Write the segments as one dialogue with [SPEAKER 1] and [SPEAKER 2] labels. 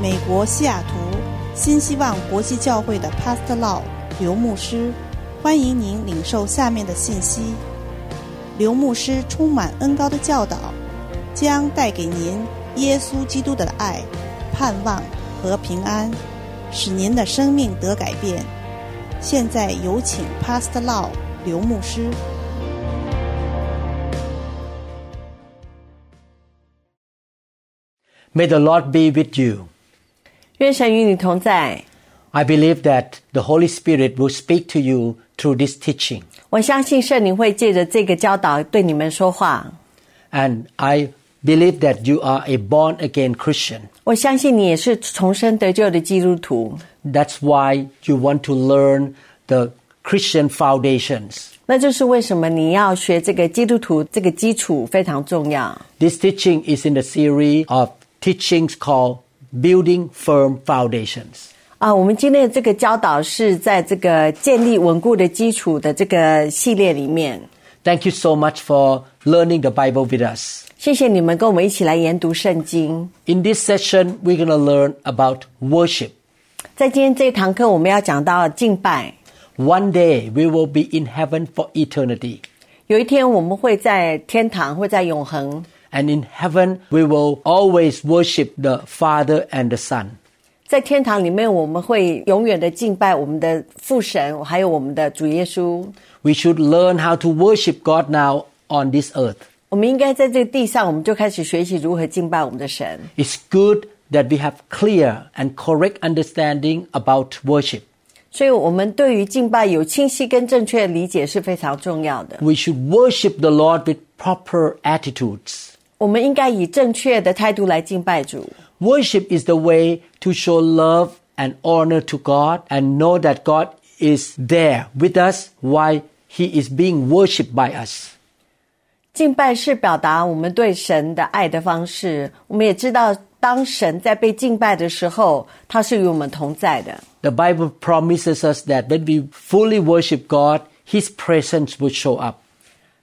[SPEAKER 1] 美国西雅图新希望国际教会的 Pastor Lau 刘牧师，欢迎您领受下面的信息。刘牧师充满恩高的教导，将带给您耶稣基督的爱、盼望和平安，使您的生命得改变。现在有请 Pastor Lau 刘牧师。
[SPEAKER 2] May the Lord be with you.
[SPEAKER 3] 愿神与你同在。
[SPEAKER 2] I believe that the Holy Spirit will speak to you through this teaching,
[SPEAKER 3] 我相信圣灵会借着这个教导对你们说话。
[SPEAKER 2] and I believe that you are a born again Christian.
[SPEAKER 3] 我相信你也是重生得救的基督徒。
[SPEAKER 2] That's why you want to learn the Christian foundations.
[SPEAKER 3] 那就是为什么你要学这个基督徒这个基础非常重要。
[SPEAKER 2] This teaching is in the series of teachings called Building Firm Foundations.
[SPEAKER 3] 啊，我们今天的这个教导是在这个建立稳固的基础的这个系列里面。
[SPEAKER 2] Thank you so much for learning the Bible with us.
[SPEAKER 3] 谢谢你们跟我们一起来研读圣经。
[SPEAKER 2] In this session, we're going to learn about worship.
[SPEAKER 3] 在今天这一堂课，我们要讲到敬拜。
[SPEAKER 2] One day we will be in heaven for eternity.
[SPEAKER 3] 有一天我们会在天堂，会在永恒，
[SPEAKER 2] And in heaven, we will always worship the Father and the Son.
[SPEAKER 3] 在天堂里面，我们会永远的敬拜我们的父神，还有我们的主耶稣。
[SPEAKER 2] We should learn how to worship God now on this earth.
[SPEAKER 3] 我们应该在这个地上，我们就开始学习如何敬拜我们的神。
[SPEAKER 2] It's good that we have clear and correct understanding about worship.
[SPEAKER 3] 所以，我们对于敬拜有清晰跟正确的理解是非常重要的。
[SPEAKER 2] We should worship the Lord with proper attitudes.
[SPEAKER 3] 我们应该以正确的态度来敬拜主。
[SPEAKER 2] Worship is the way to show love and honor to God and know that God is there with us while He is being worshiped by us.
[SPEAKER 3] 敬拜是表达我们对神的爱的方式。我们也知道，当神在被敬拜的时候，他是与我们同在的。
[SPEAKER 2] The Bible promises us that when we fully worship God, His presence will show up.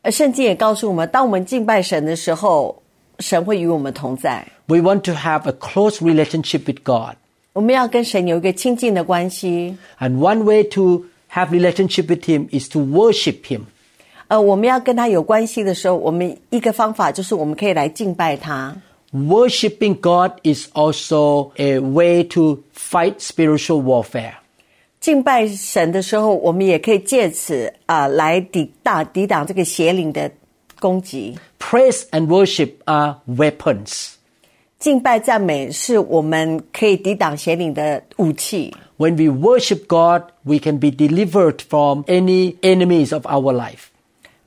[SPEAKER 3] 而圣经也告诉我们，当我们敬拜神的时候，神会与我们同在。
[SPEAKER 2] We want to have a close relationship with God.
[SPEAKER 3] 我们要跟神有一个亲近的关系，
[SPEAKER 2] And one way to have relationship with Him is to worship Him.
[SPEAKER 3] 呃，我们要跟他有关系的时候，我们一个方法就是我们可以来敬拜他。
[SPEAKER 2] Worshipping God is also a way to fight spiritual warfare.
[SPEAKER 3] 敬拜神的时候，我们也可以借此啊、来抵挡抵挡这个邪灵的攻击。
[SPEAKER 2] Praise and worship are weapons.
[SPEAKER 3] 敬拜赞美是我们可以抵挡邪灵的武器。
[SPEAKER 2] When we worship God, we can be delivered from any enemies of our life.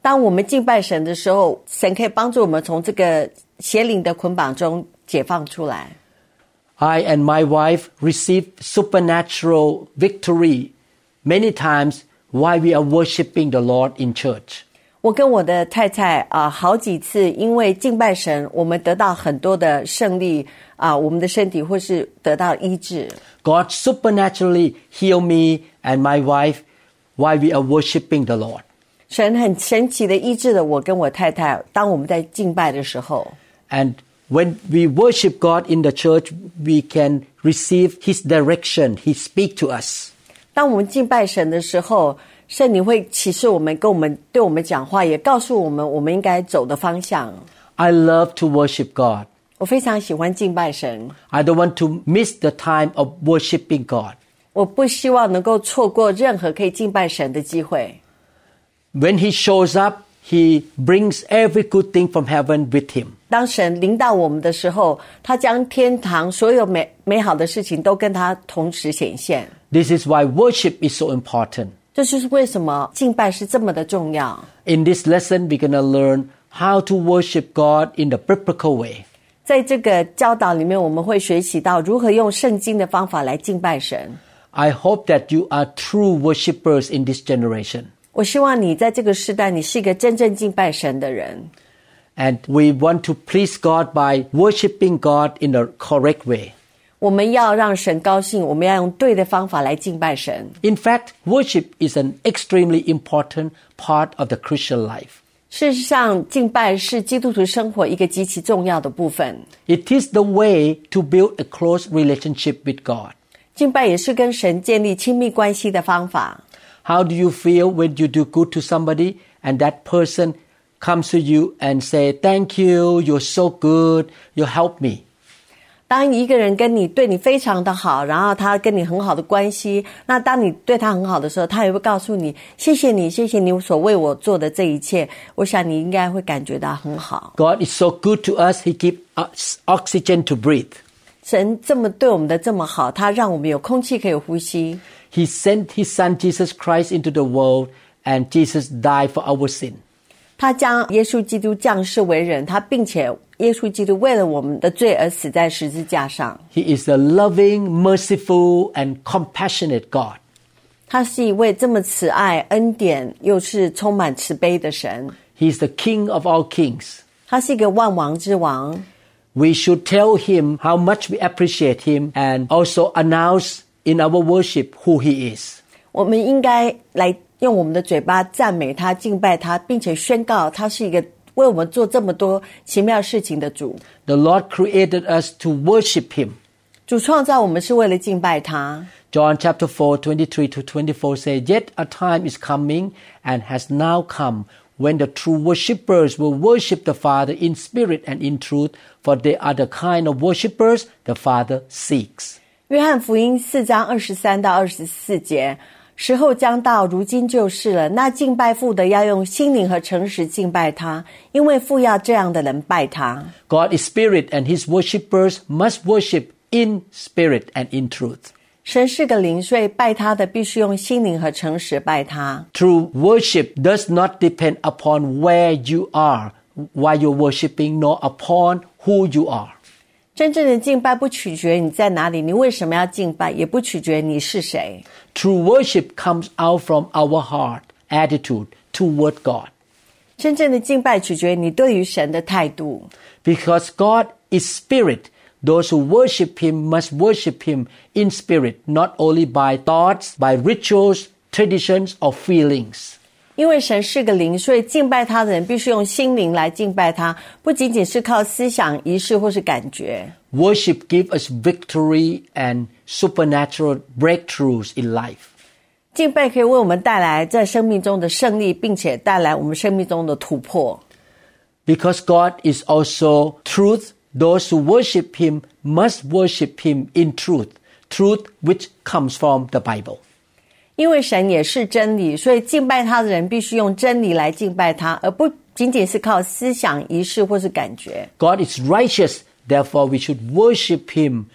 [SPEAKER 3] 当我们敬拜神的时候，神可以帮助我们从这个邪灵的捆绑中解放出来。
[SPEAKER 2] I and my wife received supernatural victory many times while we are worshiping the Lord in church.
[SPEAKER 3] 我跟我的太太啊、好几次因为敬拜神，我们得到很多的胜利啊、我们的身体或是得到医治。
[SPEAKER 2] God supernaturally healed me and my wife while we are worshiping the Lord.
[SPEAKER 3] 神很神奇的医治了我跟我太太。当我们在敬拜的时候，
[SPEAKER 2] And when we worship God in the church, we can receive His direction. He speaks to us.
[SPEAKER 3] 当我们敬拜神的时候，圣灵会启示我们，跟我们对我们讲话，也告诉我们我们应该走的方向。
[SPEAKER 2] I love to worship God.
[SPEAKER 3] 我非常喜欢敬拜神，
[SPEAKER 2] I don't want to miss the time of worshiping God.
[SPEAKER 3] 我不希望能够错过任何可以敬拜神的机会。
[SPEAKER 2] When He shows up, He brings every good thing from heaven with Him.
[SPEAKER 3] 当神领导我们的时候，他将天堂所有美美好的事情都跟他同时显现。
[SPEAKER 2] This is why worship is so important.
[SPEAKER 3] 这就是为什么敬拜是这么的重要。
[SPEAKER 2] In this lesson, we're going to learn how to worship God in the biblical way.
[SPEAKER 3] 在这个教导里面，我们会学习到如何用圣经的方法来敬拜神。
[SPEAKER 2] I hope that you are true worshippers in this generation.
[SPEAKER 3] 我希望你在这个时代，你是一个真正敬拜神的人。
[SPEAKER 2] And we want to please God by worshiping God in the correct way.
[SPEAKER 3] 我们要让神高兴，我们要用对的方法来敬拜神。
[SPEAKER 2] In fact, worship is an extremely important part of the Christian life.
[SPEAKER 3] 事实上，敬拜是基督徒生活一个极其重要的部分。
[SPEAKER 2] It is the way to build a close relationship with God.
[SPEAKER 3] 敬拜也是跟神建立亲密关系的方法。
[SPEAKER 2] How do you feel when you do good to somebody and that person comes to you and say, "Thank you, you're so good, you help me."
[SPEAKER 3] 当一个人跟你对你非常的好，然后他跟你很好的关系，那当你对他很好的时候，他也会告诉你：“谢谢你，谢谢你所为我做的这一切。”我想你应该会感觉到很好。
[SPEAKER 2] God is so good to us, he gives us oxygen to breathe.
[SPEAKER 3] 神这么对我们的这么好，他让我们有空气可以呼吸。
[SPEAKER 2] He sent his son Jesus Christ into the world and Jesus died for our sin.
[SPEAKER 3] 他将耶稣基督降世为人，他并且耶稣基督为了我们的罪而死在十字架上。
[SPEAKER 2] He is a loving, merciful and compassionate God.
[SPEAKER 3] 他是一位这么慈爱、恩典又是充满慈悲的神。
[SPEAKER 2] He is the king of all kings.
[SPEAKER 3] 他是一个万王之王。
[SPEAKER 2] We should tell him how much we appreciate him and also announce in our worship who he is.
[SPEAKER 3] 我们应该来用我们的嘴巴赞美他、敬拜他，并且宣告他是一个为我们做这么多奇妙事情的主。
[SPEAKER 2] The Lord created us to worship him.
[SPEAKER 3] 主创造我们是为了敬拜他。
[SPEAKER 2] John chapter 4, 23 to 24 says, Yet a time is coming and has now come when the true worshippers will worship the Father in spirit and in truth, for they are the kind of worshippers the Father seeks.
[SPEAKER 3] 约翰福音四章二十三到二十四节，时候将到，如今就是了。那敬拜父的要用心灵和诚实敬拜他，因为父要这样的人拜他。
[SPEAKER 2] God is spirit and his worshippers must worship in spirit and in truth.
[SPEAKER 3] 神是个灵，所以拜他的必须用心灵和诚实拜他。
[SPEAKER 2] True worship does not depend upon where you are while you're worshiping, nor upon who you are.
[SPEAKER 3] 真正的敬拜不取决于你在哪里，你为什么要敬拜，也不取决于你是谁。
[SPEAKER 2] True worship comes out from our heart attitude toward God.
[SPEAKER 3] 真正的敬拜取决于你对于神的态度，
[SPEAKER 2] Because God is spirit, those who worship Him must worship Him in spirit, not only by thoughts, by rituals, traditions, or feelings.
[SPEAKER 3] 因为神是个灵，所以敬拜他的人必须用心灵来敬拜他，不仅仅是靠思想、仪式或是感觉。
[SPEAKER 2] Worship gives us victory and supernatural breakthroughs in life.
[SPEAKER 3] 敬拜可以为我们带来在生命中的胜利，并且带来我们生命中的突破。
[SPEAKER 2] Because God is also truth, those who worship Him must worship Him in truth, truth which comes from the Bible.
[SPEAKER 3] 因为神也是真理，所以敬拜他的人必须用真理来敬拜他，而不仅仅是靠思想、仪式或是感觉。
[SPEAKER 2] God is righteous, therefore we should worship Him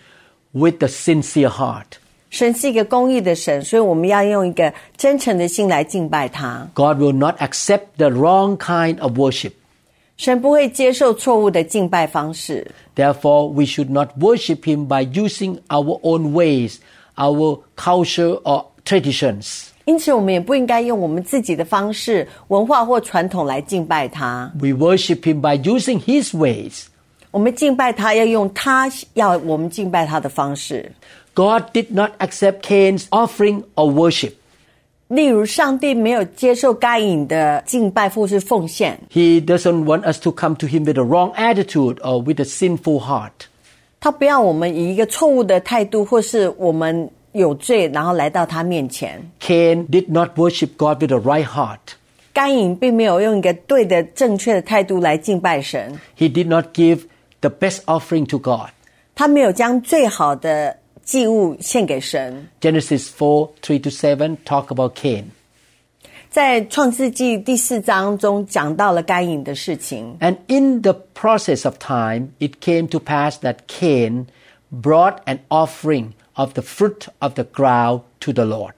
[SPEAKER 2] with a sincere heart.
[SPEAKER 3] 神是一个公义的神，所以我们要用一个真诚的心来敬拜他。
[SPEAKER 2] God will not accept the wrong kind of worship.
[SPEAKER 3] 神不会接受错误的敬拜方式，
[SPEAKER 2] Therefore, we should not worship Him by using our own ways, our culture, or traditions.
[SPEAKER 3] 因此我们也不应该用我们自己的方式、文化或传统来敬拜他。
[SPEAKER 2] We worship Him by using His ways.
[SPEAKER 3] 我们敬拜他要用他要我们敬拜他的方式。
[SPEAKER 2] God did not accept Cain's offering or worship.
[SPEAKER 3] 例如，上帝没有接受该隐的敬拜或是奉献，
[SPEAKER 2] He doesn't want us to come to Him with a wrong attitude or with a sinful heart.
[SPEAKER 3] 他不要我们以一个错误的态度，或是我们有罪，然后来到他面前。
[SPEAKER 2] Cain did not worship God with a right heart.
[SPEAKER 3] 该隐并没有用一个对的、正确的态度来敬拜神，
[SPEAKER 2] He did not give the best offering to God.
[SPEAKER 3] 他没有将最好的祭物献给神。
[SPEAKER 2] Genesis 4 3 to 7 talk about Cain.
[SPEAKER 3] 在创世纪第四章中讲到了该隐的事情，
[SPEAKER 2] And in the process of time, it came to pass that Cain brought an offering of the fruit of the ground to the Lord.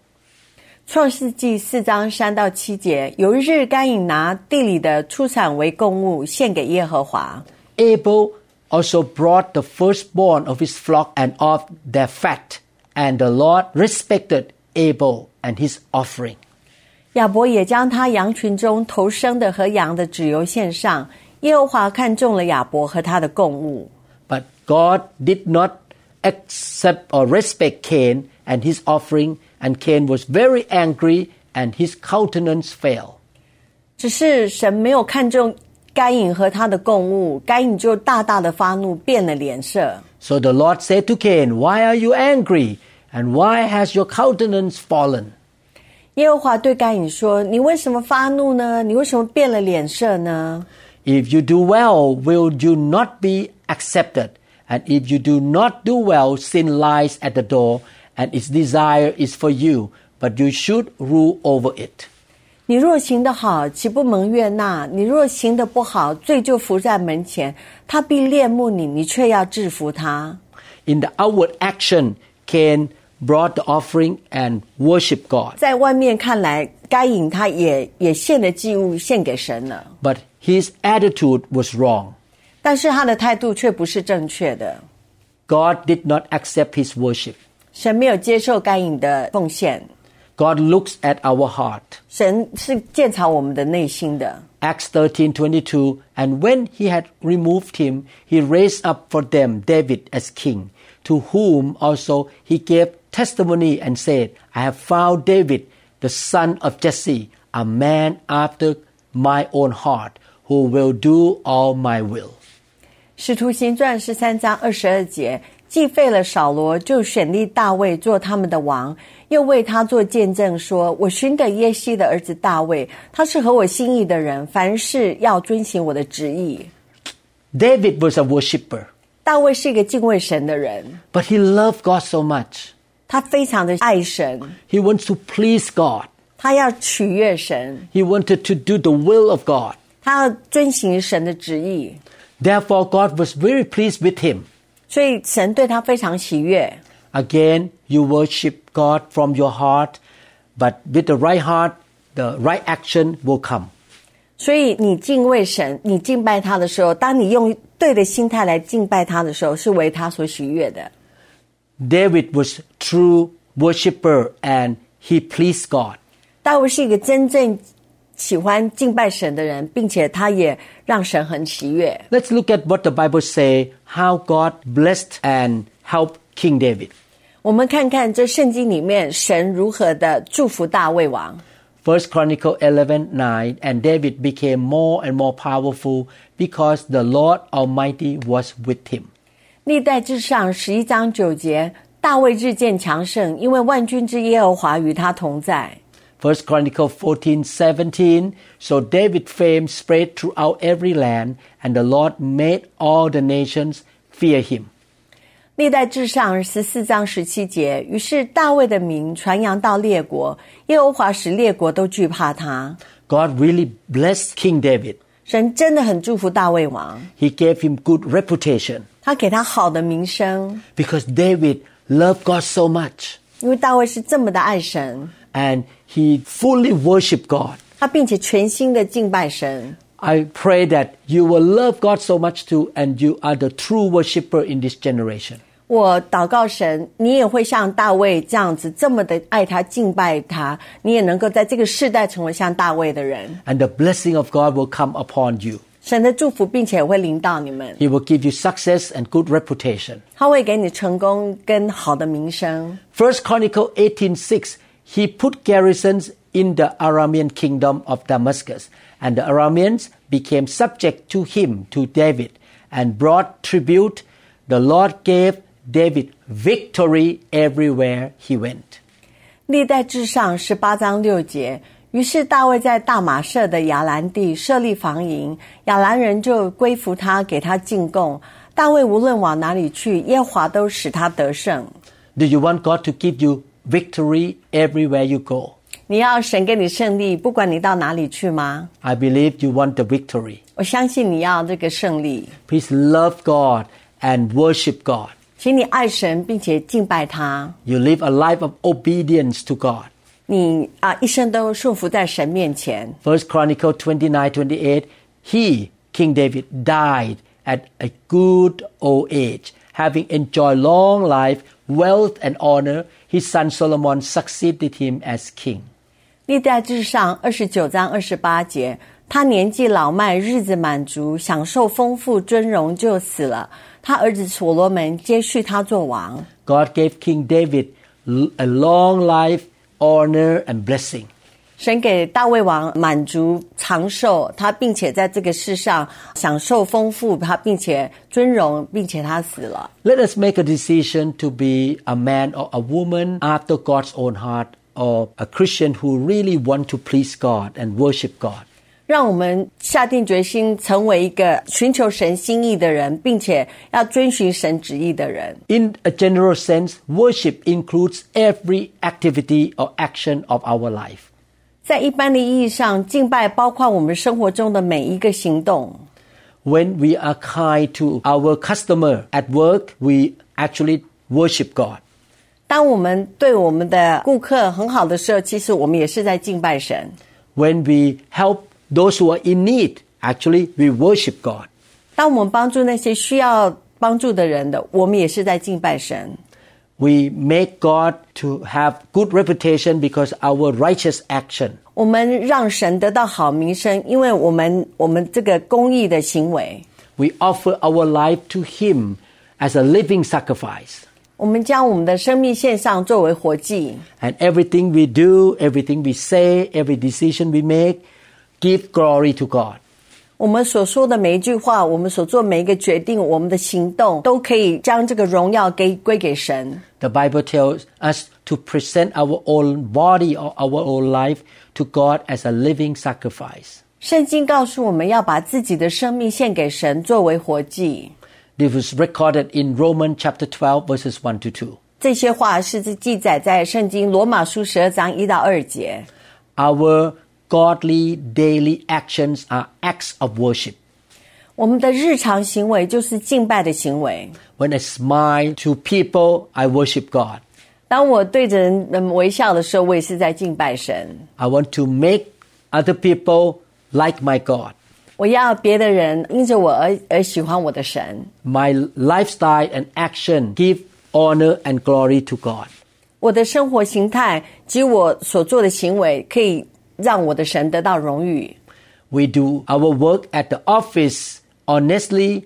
[SPEAKER 3] 创世纪四章三到七节，有一日，该隐拿地里的出产为供物献给耶和华。
[SPEAKER 2] Abel also brought the firstborn of his flock and of their fat, and the Lord respected Abel and his offering.
[SPEAKER 3] 亚伯也将他羊群中头生的和羊的脂油献上。耶和华看中了亚伯和他的供物，
[SPEAKER 2] But God did not accept or respect Cain and his offering, and Cain was very angry and his countenance fell.
[SPEAKER 3] 只是神没有看中该隐和他的供物，该隐就大大的发怒，变了脸色。
[SPEAKER 2] So the Lord said to Cain, Why are you angry? And why has your countenance fallen?
[SPEAKER 3] 耶和华对该隐说：“你为什么发怒呢？你为什么变了脸色呢？
[SPEAKER 2] If you do well, will you not be accepted? And if you do not do well, sin lies at the door, and its desire is for you, but you should rule over it.
[SPEAKER 3] 你若行得好，岂不蒙悦纳？你若行得不好，罪就伏在门前，他必恋慕你，你却要制服他。
[SPEAKER 2] In the outward action, Cain brought the offering and worshiped God,
[SPEAKER 3] 在外面看来，该隐他也也献了祭物献给神了，
[SPEAKER 2] but his attitude was wrong.
[SPEAKER 3] 但是他的态度却不是正确的。
[SPEAKER 2] God did not accept his worship.
[SPEAKER 3] 神没有接受该隐的奉献，
[SPEAKER 2] God looks at our heart.
[SPEAKER 3] 神是鉴察我们的内心的。
[SPEAKER 2] Acts 13:22 And when he had removed him he raised up for them David as king to whom also he gave testimony and said I have found David the son of Jesse a man after my own heart who will do all my will
[SPEAKER 3] 使徒行传十三章二十二节，既废了扫罗，就选立大卫做他们的王，又为他做见证说：“我寻得耶西的儿子大卫，他是合我心意的人，凡事要遵行我的旨意。
[SPEAKER 2] David was a worshipper ”
[SPEAKER 3] 大卫是一个敬畏神的人，
[SPEAKER 2] but he loved God so much
[SPEAKER 3] 他非常的爱神，
[SPEAKER 2] he wants to please God
[SPEAKER 3] 他要取悦神，
[SPEAKER 2] he wanted to do the will of God
[SPEAKER 3] 他要遵行神的旨意，
[SPEAKER 2] therefore God was very pleased with him
[SPEAKER 3] 所以神对他非常喜悦。
[SPEAKER 2] Again, you worship God from your heart, but with the right heart, the right action will come.
[SPEAKER 3] 所以你敬畏神，你敬拜他的时候，当你用对的心态来敬拜他的时候，是为他所喜悦的。
[SPEAKER 2] David was true worshipper and he pleased God.
[SPEAKER 3] 大卫是一个真正喜欢敬拜神的人，并且他也让神很喜悦。
[SPEAKER 2] Let's look at what the Bible say how God blessed and helped King David.
[SPEAKER 3] 我们看看这圣经里面神如何的祝福大卫王。
[SPEAKER 2] First Chronicle 11:9 and David became more and more powerful because the Lord Almighty was with him.
[SPEAKER 3] 历代至上十一章九节，大卫日渐强盛，因为万军之耶和华与他同在。
[SPEAKER 2] First Chronicle 14, 17. So David's fame spread throughout every land, and the Lord made all the nations fear him.
[SPEAKER 3] 历代至上十四章十七节，于是大卫的名传扬到列国，耶和华使列国都惧怕他。
[SPEAKER 2] God really blessed King David.
[SPEAKER 3] 神真的很祝福大卫王，
[SPEAKER 2] He gave him good reputation
[SPEAKER 3] 他给他好的名声，
[SPEAKER 2] because David loved God so much
[SPEAKER 3] 因为大卫是这么的爱神，
[SPEAKER 2] and he fully worshiped God.
[SPEAKER 3] 他并且全心的敬拜神。
[SPEAKER 2] I pray that you will love God so much too, and you are the true worshiper in this generation.
[SPEAKER 3] 我祷告神，你也会像大卫这样子这么的爱他、敬拜他，你也能够在这个世代成为像大卫的人。
[SPEAKER 2] And the blessing of God will come upon you.
[SPEAKER 3] 神的祝福，并且会领导你们，
[SPEAKER 2] He will give you success and good reputation.
[SPEAKER 3] 他会给你成功跟好的名声。
[SPEAKER 2] First Chronicle 18:6 He put garrisons in the Aramean kingdom of Damascus and the Arameans became subject to him to David and brought tribute the Lord gave David victory everywhere he went
[SPEAKER 3] 历代至上十八章六节。于是大卫在大马舍的亚兰地设立防营，亚兰人就归服他，给他进贡。大卫无论往哪里去，耶和华都使他得胜。
[SPEAKER 2] Do you want God to give you victory everywhere you go
[SPEAKER 3] 你要神给你胜利，不管你到哪里去吗？
[SPEAKER 2] I believe you want the victory
[SPEAKER 3] 我相信你要这个胜利，
[SPEAKER 2] Please love God and worship God
[SPEAKER 3] 请你爱神，并且敬拜他。
[SPEAKER 2] you live a life of obedience to God
[SPEAKER 3] 你啊，一生都顺服在神面前。
[SPEAKER 2] First Chronicle 29, 28, he, King David, died at a good old age. Having enjoyed long life, wealth, and honor, his son Solomon succeeded him as king.
[SPEAKER 3] 历代至上二十九章二十八节，他年纪老迈，日子满足，享受丰富尊荣，就死了。他儿子所罗门接续他做王。
[SPEAKER 2] God gave King David l- a long life, honor, and blessing.
[SPEAKER 3] 神给大卫王满足长寿，他并且在这个世上享受丰富，他并且尊荣，并且他死了。
[SPEAKER 2] Let us make a decision to be a man or a woman after God's own heart or a Christian who really want to please God and worship God.
[SPEAKER 3] 让我们下定决心成为一个寻求神心意的人，并且要遵循神旨意的人。
[SPEAKER 2] In a general sense, worship includes every activity or action of our life.
[SPEAKER 3] 在一般的意义上，敬拜包括我们生活中的每一个行动。
[SPEAKER 2] When we are kind to our customer at work, we actually worship God.
[SPEAKER 3] 当我们对我们的顾客很好的时候，其实我们也是在敬拜神。
[SPEAKER 2] When we help those who are in need, actually we worship God.
[SPEAKER 3] 当我们帮助那些需要帮助的人的，我们也是在敬拜神。
[SPEAKER 2] We make God to have good reputation because our righteous action.
[SPEAKER 3] 我们让神得到好名声，因为我们我们这个公益的行为，
[SPEAKER 2] We offer our life to Him as a living sacrifice.
[SPEAKER 3] 我们将我们的生命献上作为活祭。
[SPEAKER 2] And everything we do, everything we say, every decision we make, give glory to God.
[SPEAKER 3] 我们所说的每一句话，我们所做每一个决定，我们的行动，都可以将这个荣耀给归给神。
[SPEAKER 2] The Bible tells us to present our own body or our own life to God as a living sacrifice.
[SPEAKER 3] 圣经告诉我们要把自己的生命献给神，作为活祭。
[SPEAKER 2] This was recorded in Romans chapter 12 verses 1 to 2.
[SPEAKER 3] 这些话是记载在圣经罗马书十二章一到二节。
[SPEAKER 2] Our godly daily actions are acts of worship.
[SPEAKER 3] 我们的日常行为就是敬拜的行为。
[SPEAKER 2] When I smile to people, I worship God.
[SPEAKER 3] 当我对着人嗯微笑的时候，我也是在敬拜神。
[SPEAKER 2] I want to make other people like my God.
[SPEAKER 3] 我要别的人因着我而而喜欢我的神。
[SPEAKER 2] My lifestyle and action give honor and glory to God.
[SPEAKER 3] 我的生活形态及我所做的行为，可以让我的神得到荣誉。
[SPEAKER 2] We do our work at the office honestly.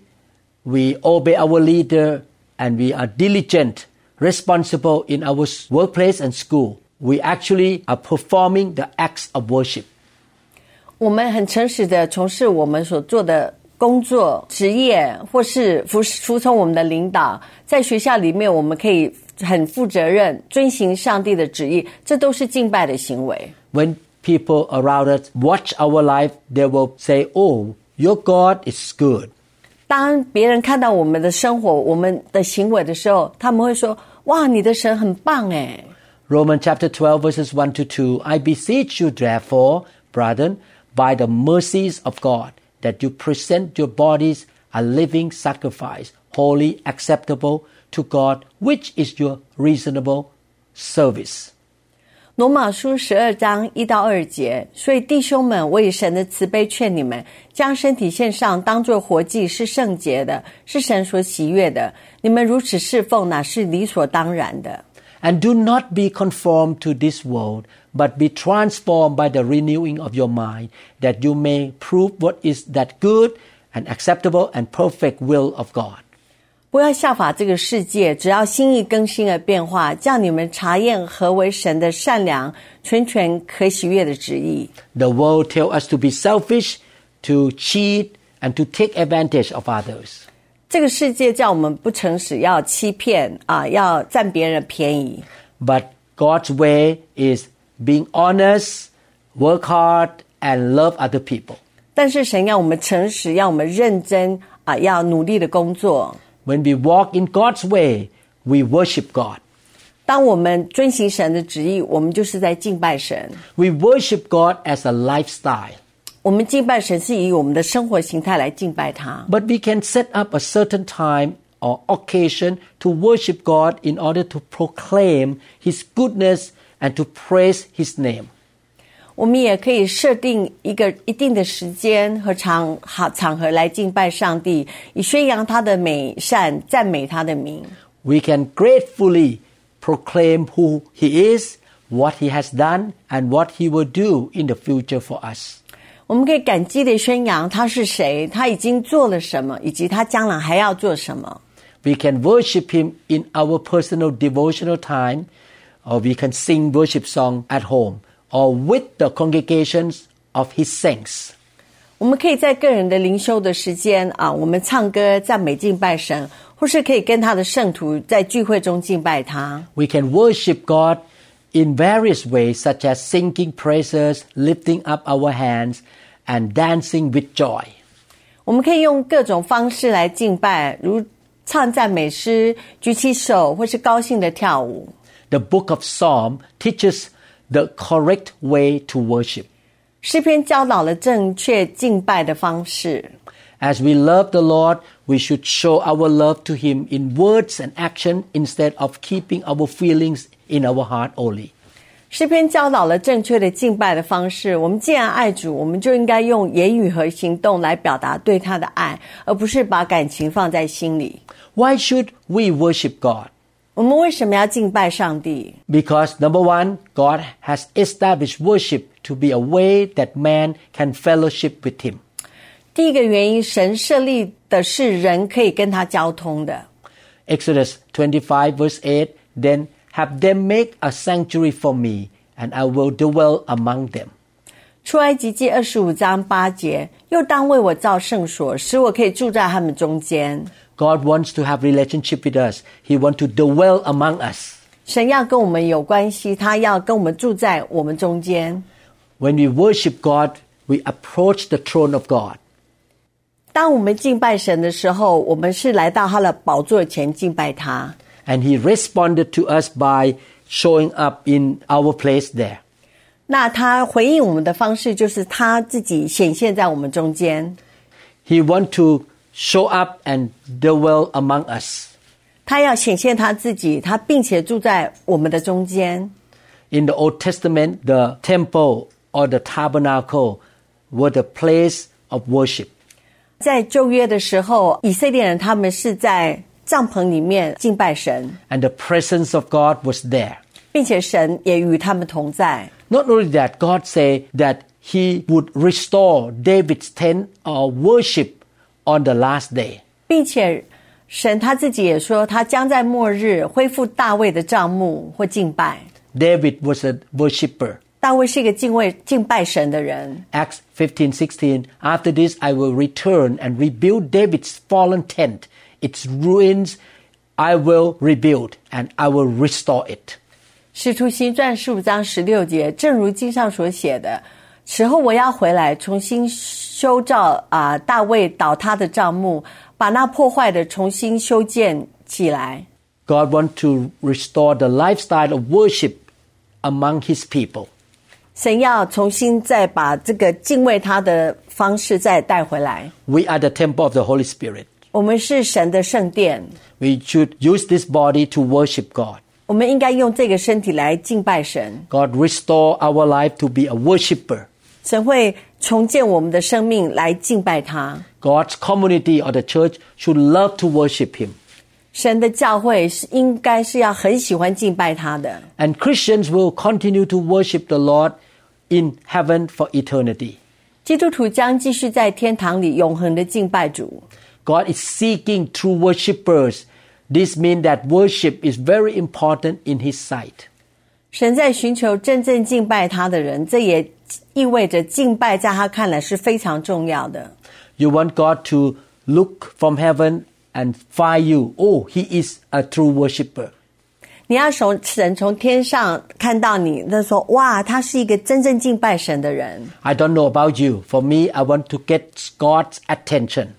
[SPEAKER 2] We obey our leader and we are diligent, responsible in our s- workplace and school. We actually are performing the acts of worship.
[SPEAKER 3] 我们很诚实的从事我们所做的工作、职业，或是服服从我们的领导。在学校里面，我们可以很负责任，遵行上帝的旨意，这都是敬拜的行为。
[SPEAKER 2] When people around us watch our life, they will say, Oh, your God is good.
[SPEAKER 3] 当别人看到我们的生活、我们的行为的时候，他们会说：“哇，你的神很棒哎！”
[SPEAKER 2] Romans chapter 12, verses 1 to 2. I beseech you, therefore, brethren, by the mercies of God, that you present your bodies a living sacrifice, holy, acceptable to God, which is your reasonable service.
[SPEAKER 3] 罗马书十二章一到二节，所以弟兄们，我以神的慈悲劝你们，将身体献上，当作活祭，是圣洁的，是神所喜悦的。你们如此侍奉，哪是理所当然的？
[SPEAKER 2] And do not be conformed to this world, but be transformed by the renewing of your mind, that you may prove what is that good and acceptable and perfect will of God.
[SPEAKER 3] 不要效法这个世界，只要心意更新而变化，叫你们查验何为神的善良、全全可喜悦的旨意。
[SPEAKER 2] The world tells us to be selfish, to cheat, and to take advantage of others.
[SPEAKER 3] 这个世界叫我们不诚实，要欺骗啊，要占别人便宜。
[SPEAKER 2] But God's way is being honest, work hard, and love other people.
[SPEAKER 3] 但是神要我们诚实，要我们认真啊，要努力的工作。
[SPEAKER 2] When we walk in God's way, we worship God.
[SPEAKER 3] 当我们遵行神的旨意，我们就是在敬拜神。
[SPEAKER 2] We worship God as a lifestyle.
[SPEAKER 3] 我们敬拜神是以我们的生活形态来敬拜他。
[SPEAKER 2] But we can set up a certain time or occasion to worship God in order to proclaim His goodness and to praise His name.
[SPEAKER 3] 我们也可以设定一个一定的时间和场好场合来敬拜上帝，以宣扬他的美善，赞美他的名。
[SPEAKER 2] we can gratefully proclaim who He is, what He has done, and what He will do in the future for us.
[SPEAKER 3] 我们可以感激地宣扬他是谁，他已经做了什么，以及他将来还要做什么。
[SPEAKER 2] We can worship Him in our personal devotional time, or we can sing worship song at home, or with the congregations of his saints.
[SPEAKER 3] 我们可以在个人的灵修的时间啊，我们唱歌赞美敬拜神，或是可以跟他的圣徒在聚会中敬拜他。
[SPEAKER 2] We can worship God in various ways, such as singing praises, lifting up our hands, and dancing with joy.
[SPEAKER 3] 我们可以用各种方式来敬拜，如唱赞美诗、举起手，或是高兴的跳舞。
[SPEAKER 2] The book of Psalm teaches the correct way to worship.
[SPEAKER 3] 诗篇教导了正确敬拜的方式。
[SPEAKER 2] As we love the Lord, we should show our love to Him in words and action instead of keeping our feelings in our heart only.
[SPEAKER 3] 诗篇教导了正确的敬拜的方式。我们既然爱主，我们就应该用言语和行动来表达对他的爱，而不是把感情放在心里。
[SPEAKER 2] Why should we worship God?
[SPEAKER 3] 我们为什么要敬拜上帝？
[SPEAKER 2] Because number one, God has established worship to be a way that man can fellowship with Him.
[SPEAKER 3] 第一个原因，神设立的是人可以跟他交通的。
[SPEAKER 2] Exodus 25, verse 8 Then have them make a sanctuary for me, and I will dwell among them.
[SPEAKER 3] 出埃及记二十五章八节，又当为我造圣所，使我可以住在他们中间。
[SPEAKER 2] God wants to have relationship with us. He wants to dwell among us.
[SPEAKER 3] 神要跟我们有关系，他要跟我们住在我们中间。
[SPEAKER 2] When we worship God, we approach the throne of God.
[SPEAKER 3] 当我们敬拜神的时候，我们是来到他的宝座前敬拜他，
[SPEAKER 2] And He responded to us by showing up in our place there.
[SPEAKER 3] 那他回应我们的方式就是他自己显现在我们中间，
[SPEAKER 2] He wants to show up and dwell among us.
[SPEAKER 3] 他要显现他自己，他并且住在我们的中间。
[SPEAKER 2] In the Old Testament, the temple or the tabernacle were the place of worship.
[SPEAKER 3] 在旧约的时候，以色列人他们是在帐篷里面敬拜神，
[SPEAKER 2] and the presence of God was there.
[SPEAKER 3] 并且神也与他们同在。
[SPEAKER 2] Not only that, God said that He would restore David's tent of worship on the last day.
[SPEAKER 3] 并且神他自己也说，他将在末日恢复大卫的账目或敬拜。
[SPEAKER 2] David was a worshipper.
[SPEAKER 3] 大卫是一个敬畏敬拜神的人。
[SPEAKER 2] Acts 15 16. After this, I will return and rebuild David's fallen tent. Its ruins I will rebuild and I will restore it.
[SPEAKER 3] 使徒行传十五章十六节，正如经上所写的，此后我要回来，重新修造啊、大卫倒塌的账目，把那破坏的重新修建起来。
[SPEAKER 2] God wants to restore the lifestyle of worship among His people.
[SPEAKER 3] 神要重新再把这个敬畏他的方式再带回来。
[SPEAKER 2] We are the temple of the Holy Spirit.
[SPEAKER 3] 我们是神的圣殿，
[SPEAKER 2] We should use this body to worship God.
[SPEAKER 3] 我们应该用这个身体来敬拜神。
[SPEAKER 2] God restore our life to be a worshiper.
[SPEAKER 3] 神会重建我们的生命来敬拜他。
[SPEAKER 2] God's community or the church should love to worship Him.
[SPEAKER 3] 神的教会是应该是要很喜欢敬拜他的，
[SPEAKER 2] And Christians will continue to worship the Lord in heaven for eternity.
[SPEAKER 3] 基督徒将继续在天堂里永恒的敬拜主。
[SPEAKER 2] God is seeking true worshippers. This means that worship is very important in His sight.
[SPEAKER 3] 神在寻求真正敬拜他的人，这也意味着敬拜在他看来是非常重要的。
[SPEAKER 2] You want God to look from heaven and find you. Oh, He is a true worshipper.
[SPEAKER 3] 你要从神从天上看到你，那说哇，他是一个真正敬拜神的人。
[SPEAKER 2] I don't know about you. For me, I want to get God's attention.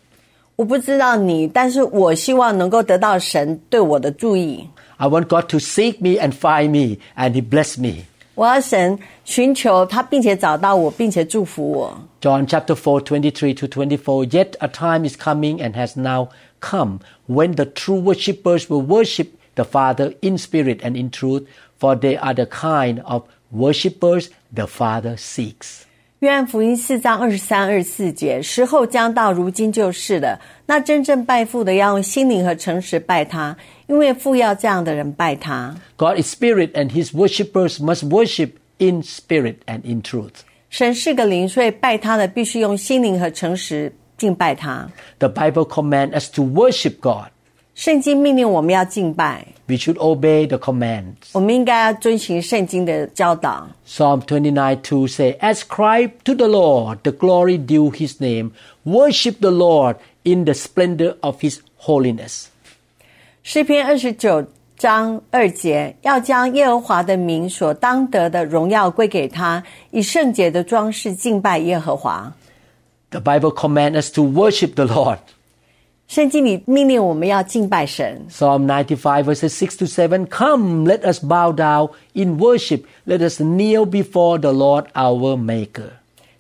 [SPEAKER 3] 我不知道你，但是我希望能够得到神对我的注意。
[SPEAKER 2] I want God to seek me and find me, and He bless me.
[SPEAKER 3] 我要神寻求他，并且找到我，并且祝福我。
[SPEAKER 2] John chapter 4, 23 to 24. Yet a time is coming and has now come when the true worshippers will worship the Father in spirit and in truth, for they are the kind of worshippers the Father seeks.
[SPEAKER 3] 约翰福音四章二十三、二十四节：时候将到，如今就是了。那真正拜父的，要用心灵和诚实拜他，因为父要这样的人拜他。
[SPEAKER 2] God is spirit, and His worshippers must worship in spirit and in truth.
[SPEAKER 3] 神是个灵，所以拜他的必须用心灵和诚实敬拜他。
[SPEAKER 2] The Bible commands us to worship God.
[SPEAKER 3] 圣经命令我们要敬拜，
[SPEAKER 2] We should obey the commands.
[SPEAKER 3] 我们应该要遵循圣经的教导。
[SPEAKER 2] Psalm 29 2 say, Ascribe to the Lord the glory due his name. Worship the Lord in the splendor of his holiness.
[SPEAKER 3] 诗篇二十九章二节，要将耶和华的名所当得的荣耀归给他，以圣洁的装饰敬拜耶和华。
[SPEAKER 2] The Bible commands us to worship the Lord.
[SPEAKER 3] 圣经里命令我们要敬拜神。
[SPEAKER 2] Psalm 95 verses 6 to 7 Come, let us bow down in worship. Let us kneel before the Lord our Maker.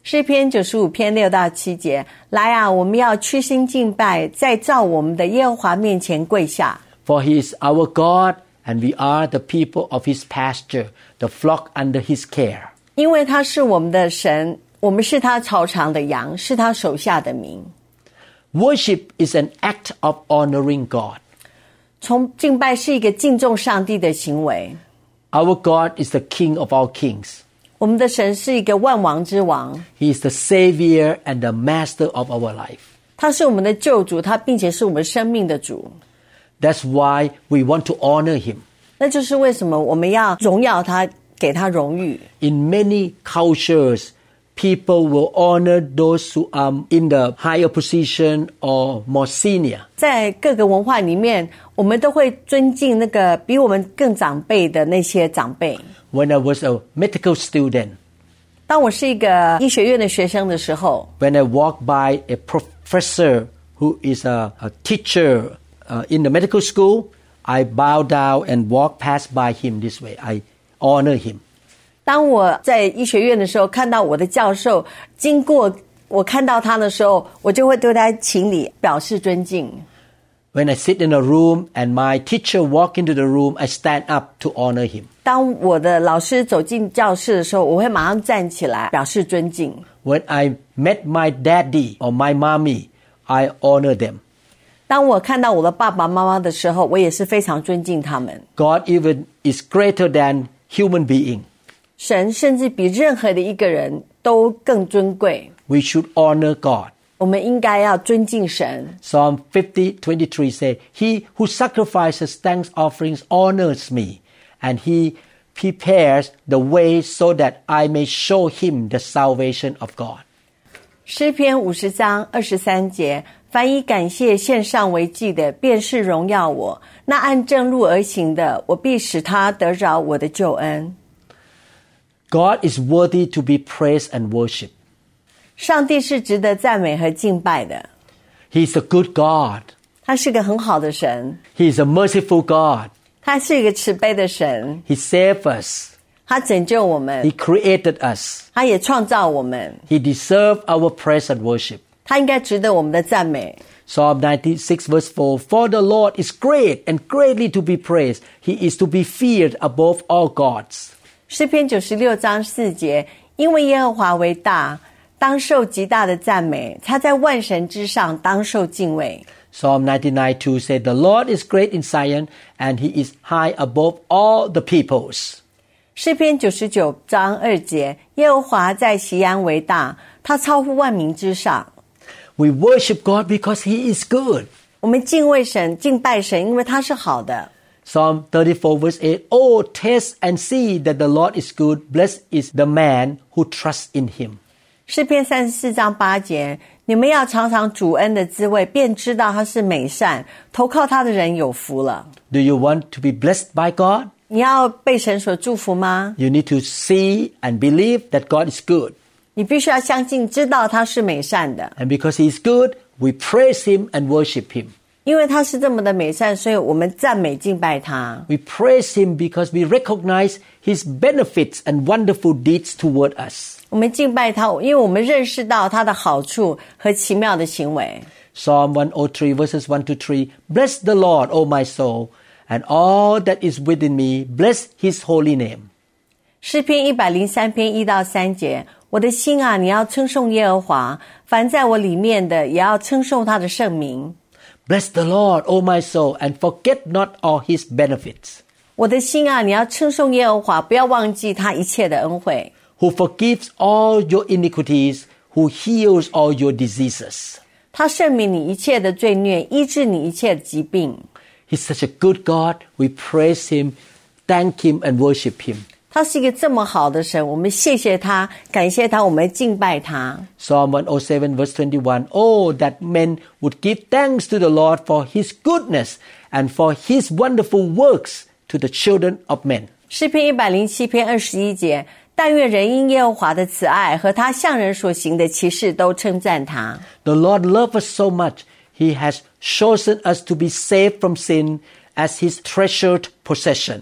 [SPEAKER 3] 诗篇九十五篇六到七节，来啊，我们要屈心敬拜，在造我们的耶和华面前跪下，
[SPEAKER 2] For he is our God, and we are the people of his pasture, the flock under his care.
[SPEAKER 3] 因为他是我们的神，我们是他草场的羊，是他手下的民。
[SPEAKER 2] Worship is an act of honoring God.
[SPEAKER 3] 从敬拜是一个敬重上帝的行为，
[SPEAKER 2] Our God is the King of all kings.
[SPEAKER 3] 我们的神是一个万王之王，
[SPEAKER 2] He is the Savior and the Master of our life.
[SPEAKER 3] 他是我们的救主，他并且是我们生命的主。
[SPEAKER 2] That's why we want to honor Him.
[SPEAKER 3] 那就是为什么我们要荣耀他，给他荣誉。
[SPEAKER 2] In many cultures, people will honor those who are in the higher position or more senior.
[SPEAKER 3] 在各个文化里面，我们都会尊敬那个比我们更长辈的那些长辈。
[SPEAKER 2] When I was a medical student,
[SPEAKER 3] 当我是一个医学院的学生的时候，
[SPEAKER 2] when I walk by a professor who is a, a teacher uh, in the medical school, I bow down and walk past by him this way. I honor him.
[SPEAKER 3] 当我在医学院的时候，看到我的教授经过，我看到他的时候，我就会对他请礼，表示尊敬。
[SPEAKER 2] When I sit in a room and my teacher walk into the room, I stand up to honor him.
[SPEAKER 3] 当我的老师走进教室的时候，我会马上站起来表示尊敬。
[SPEAKER 2] When I met my daddy or my mommy, I honor them.
[SPEAKER 3] 当我看到我的爸爸妈妈的时候，我也是非常尊敬他们。
[SPEAKER 2] God even is greater than human being.
[SPEAKER 3] 神甚至比任何的一个人都更尊贵。
[SPEAKER 2] We should honor God.
[SPEAKER 3] 我们应该要尊敬神。
[SPEAKER 2] Psalm 50, 23 say, He who sacrifices thanks offerings honors me, and he prepares the way so that I may show him the salvation of God.
[SPEAKER 3] 诗篇五十章二十三节：凡以感谢献上为祭的，便是荣耀我；那按正路而行的，我必使他得着我的救恩。
[SPEAKER 2] God is worthy to be praised and worshipped.
[SPEAKER 3] 上帝是值得赞美和敬拜的，
[SPEAKER 2] He is a good God.
[SPEAKER 3] 他是个很好的神，
[SPEAKER 2] He is a merciful God.
[SPEAKER 3] 他是一个慈悲的神，
[SPEAKER 2] He saved us.
[SPEAKER 3] 他拯救我
[SPEAKER 2] He
[SPEAKER 3] 们，
[SPEAKER 2] created us.
[SPEAKER 3] 他也创造我们，
[SPEAKER 2] He deserves our praise and worship.
[SPEAKER 3] 他应该值得我们的赞美。
[SPEAKER 2] Psalm 96 verse 4 For the Lord is great and greatly to be praised. He is to be feared above all gods.
[SPEAKER 3] 诗篇九十六章四节，因为耶和华为大，当受极大的赞美；他在万神之上，当受敬畏。
[SPEAKER 2] Psalm 99 2 said, The Lord is great in Zion and he is high above all the peoples.
[SPEAKER 3] 诗篇九十九章二节，耶和华在西安为大，他超乎万民之上。
[SPEAKER 2] We worship God because he is good.
[SPEAKER 3] 我们敬畏神，敬拜神，因为他是好的。
[SPEAKER 2] Psalm 34 verse 8, Oh, test and see that the Lord is good. Blessed is the man who trusts in him.
[SPEAKER 3] 诗篇三十四章八节，你们要尝尝主恩的滋味，便知道他是美善，投靠他的人有福了。
[SPEAKER 2] Do you want to be blessed by God?
[SPEAKER 3] 你要被神所祝福吗？
[SPEAKER 2] You need to see and believe that God is good.
[SPEAKER 3] 你必须要相信，知道他是美善的。
[SPEAKER 2] And because He is good, we praise Him and worship Him.
[SPEAKER 3] 因为他是这么的美善，所以我们赞美敬拜他。
[SPEAKER 2] We praise Him because we recognize His benefits and wonderful deeds toward us.
[SPEAKER 3] 我们敬拜他，因为我们认识到他的好处和奇妙的行为。
[SPEAKER 2] Psalm 103, verses 1 to 3 Bless the Lord, O my soul, and all that is within me, bless His holy name.
[SPEAKER 3] 诗篇一百零三篇一到三节：我的心啊，你要称颂耶和华；凡在我里面的，也要称颂他的圣名。
[SPEAKER 2] Bless the Lord, O my soul, and forget not all His benefits,
[SPEAKER 3] 我的心啊，你要称颂耶和华，不要忘记他一切的恩惠。
[SPEAKER 2] who forgives all your iniquities, who heals all your diseases.
[SPEAKER 3] 他赦免你一切的罪孽，医治你一切的疾病。
[SPEAKER 2] He's such a good God. We praise Him, thank Him, and worship Him.
[SPEAKER 3] 他是一个这么好的神，我们谢谢他，感谢他，我们敬拜他。
[SPEAKER 2] Psalm 107, verse 21 Oh, that men would give thanks to the Lord for His goodness and for His wonderful works to the children of men.
[SPEAKER 3] 诗篇一百零七篇二十一节，但愿人因耶和华的慈爱和他向人所行的奇事都称赞他。
[SPEAKER 2] The Lord loved us so much, He has chosen us to be saved from sin as His treasured possession.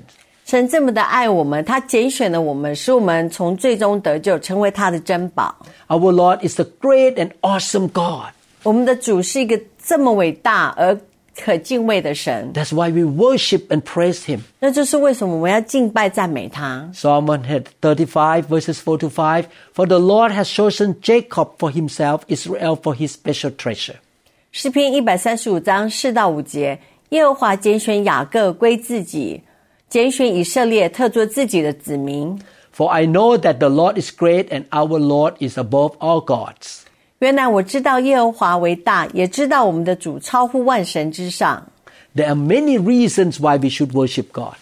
[SPEAKER 3] 神这么的爱我们，他拣选了我们，使我们从最终得救，成为他的珍宝。
[SPEAKER 2] Our Lord is a great and awesome God.
[SPEAKER 3] 我们的主是一个这么伟大而可敬畏的神，
[SPEAKER 2] That's why we worship and praise Him.
[SPEAKER 3] 那就是为什么我们要敬拜赞美他。
[SPEAKER 2] Psalm 135, verses 4 to 5 For the Lord has chosen Jacob for Himself, Israel for His special treasure.
[SPEAKER 3] 诗篇一百三十五章四到五节，耶和华拣选雅各归自己，拣选以色列特作自己的子民。
[SPEAKER 2] For I know that the Lord is great and our Lord is above all gods.
[SPEAKER 3] 原来我知道耶和华为大，也知道我们的主超乎万神之上。
[SPEAKER 2] There are many reasons why we should worship God.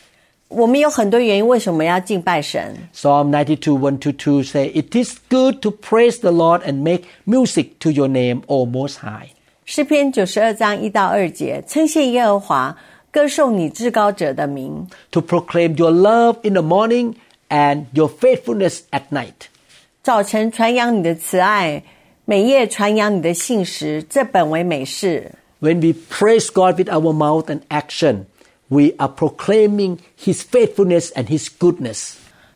[SPEAKER 3] 我们有很多原因为什么要敬拜神。
[SPEAKER 2] Psalm 92, 1 to 2 say, It is good to praise the Lord and make music to your name, O Most High.
[SPEAKER 3] 诗篇九十二章一到二节，称谢耶和华，歌颂你至高者的名，
[SPEAKER 2] To proclaim your love in the morning and your faithfulness at night.
[SPEAKER 3] 早晨传扬你的慈爱，每夜传扬你的信实，这本为美事。
[SPEAKER 2] When we praise God with our mouth and action, we are proclaiming His faithfulness and His goodness.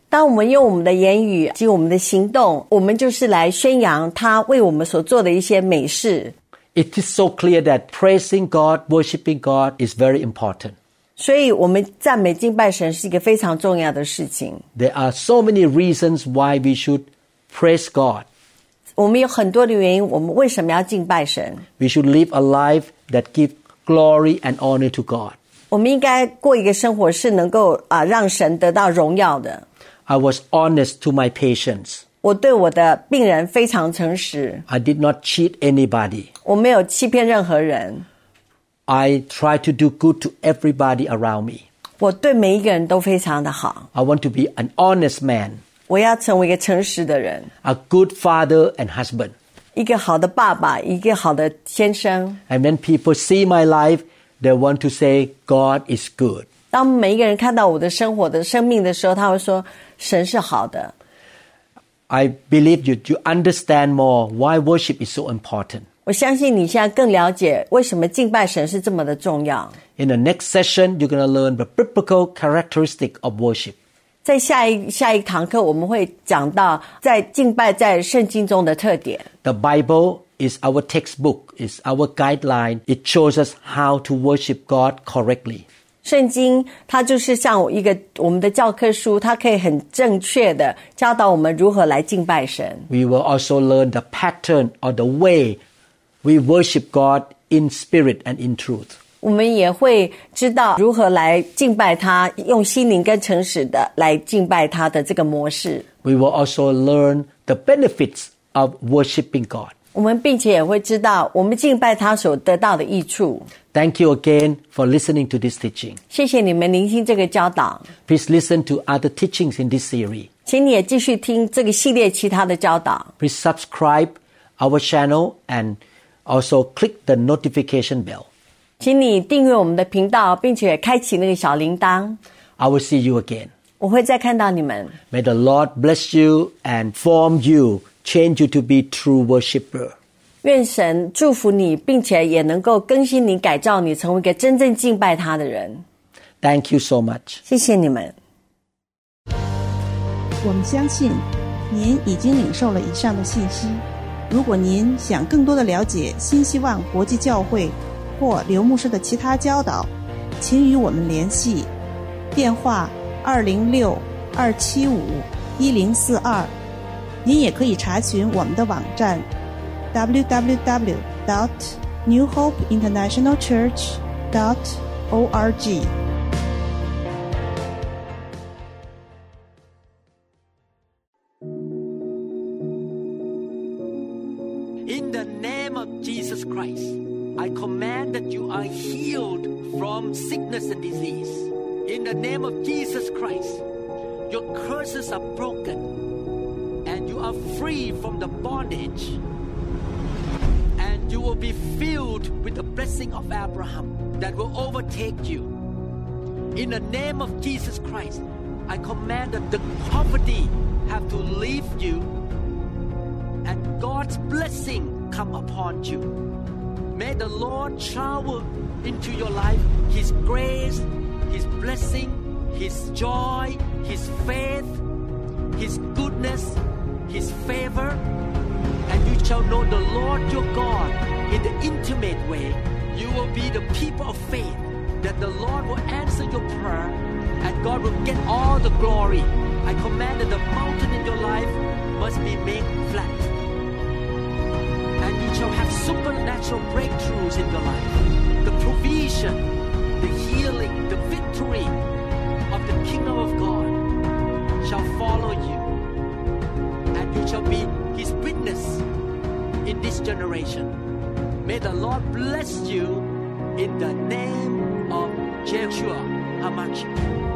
[SPEAKER 3] 当我们用我们的言语及我们的行动，我们就是来宣扬他为我们所做的一些美事。
[SPEAKER 2] It is so clear that praising God, worshiping God is very important.
[SPEAKER 3] 所以，我们赞美敬拜神是一个非常重要的事情。
[SPEAKER 2] There are so many reasons why we should praise God.
[SPEAKER 3] 我们有很多的原因，我们为什么要敬拜神？
[SPEAKER 2] We should live a life that gives glory and honor to God.
[SPEAKER 3] 我们应该过一个生活是能够啊、让神得到荣耀的。
[SPEAKER 2] I was honest to my patients.
[SPEAKER 3] 我对我的病人非常诚实，
[SPEAKER 2] I did not cheat anybody.
[SPEAKER 3] 我没有欺骗任何人，
[SPEAKER 2] I try to do good to everybody around me.
[SPEAKER 3] 我对每一个人都非常的好。
[SPEAKER 2] I want to be an honest man,
[SPEAKER 3] 我要成为一个诚实的人，
[SPEAKER 2] a good father and husband.
[SPEAKER 3] 一个好的爸爸，一个好的先生。
[SPEAKER 2] And when people see my life, they want to say, God is good.
[SPEAKER 3] 当每一个人看到我的生活的生命的时候，他会说：“神是好的。
[SPEAKER 2] I believe you, you understand more why worship is so important. ”
[SPEAKER 3] 我相信你现在更了解为什么敬拜神是这么的重要。
[SPEAKER 2] In the next session, you're going to learn the biblical characteristic of worship.
[SPEAKER 3] 在下一下一堂课，我们会讲到在敬拜在圣经中的特点。
[SPEAKER 2] The Bible is our textbook, is our guideline. It shows us how to worship God correctly.
[SPEAKER 3] 圣经它就是像一个我们的教科书，它可以很正确的教导我们如何来敬拜神。
[SPEAKER 2] We will also learn the pattern or the way we worship God in spirit and in truth.
[SPEAKER 3] 我们也会知道如何来敬拜他，用心灵跟诚实的来敬拜他的这个模式。
[SPEAKER 2] We will also learn the benefits of worshiping God.
[SPEAKER 3] 我们并且也会知道，我们敬拜他所得到的益处。
[SPEAKER 2] Thank you again for listening to this teaching.
[SPEAKER 3] 谢谢你们聆听这个教导，
[SPEAKER 2] Please listen to other teachings in this series.
[SPEAKER 3] 请你也继续听这个系列其他的教导。
[SPEAKER 2] Please subscribe our channel and also click the notification bell.
[SPEAKER 3] 请你订阅我们的频道，并且开启那个小铃铛，
[SPEAKER 2] I will see you again.
[SPEAKER 3] 我会再看到你们。
[SPEAKER 2] May the Lord bless you and form you, change you to be true worshipper.
[SPEAKER 3] 愿神祝福你，并且也能够更新你、改造你，成为一个真正敬拜他的人。
[SPEAKER 2] Thank you so much.
[SPEAKER 3] 谢谢你们。
[SPEAKER 1] 我们相信您已经领受了以上的信息。如果您想更多的了解新希望国际教会或刘牧师的其他教导，请与我们联系，电话二零六二七五一零四二。您也可以查询我们的网站 www. dot New Hope International Church. dot org。
[SPEAKER 2] In the name of Jesus Christ, I command that you are healed from sickness and disease. In the name of Jesus Christ, your curses are broken and you are free from the bondage and you will be filled with the blessing of Abraham that will overtake you. In the name of Jesus Christ, I command that the poverty have to leave you and God's blessing come upon you. May the Lord shower into your life His grace, His blessing, His joy, His faith, His goodness, His favor, and you shall know the Lord your God in the intimate way. You will be the people of faith that the Lord will answer your prayer and God will get all the glory. I command that the mountain in your life must be made flat and you shall have supernatural breakthroughs in your life. The provision, the healing, the victory of the kingdom of God shall follow you, and you shall be his witness in this generation. May the Lord bless you in the name of Joshua Hamachi.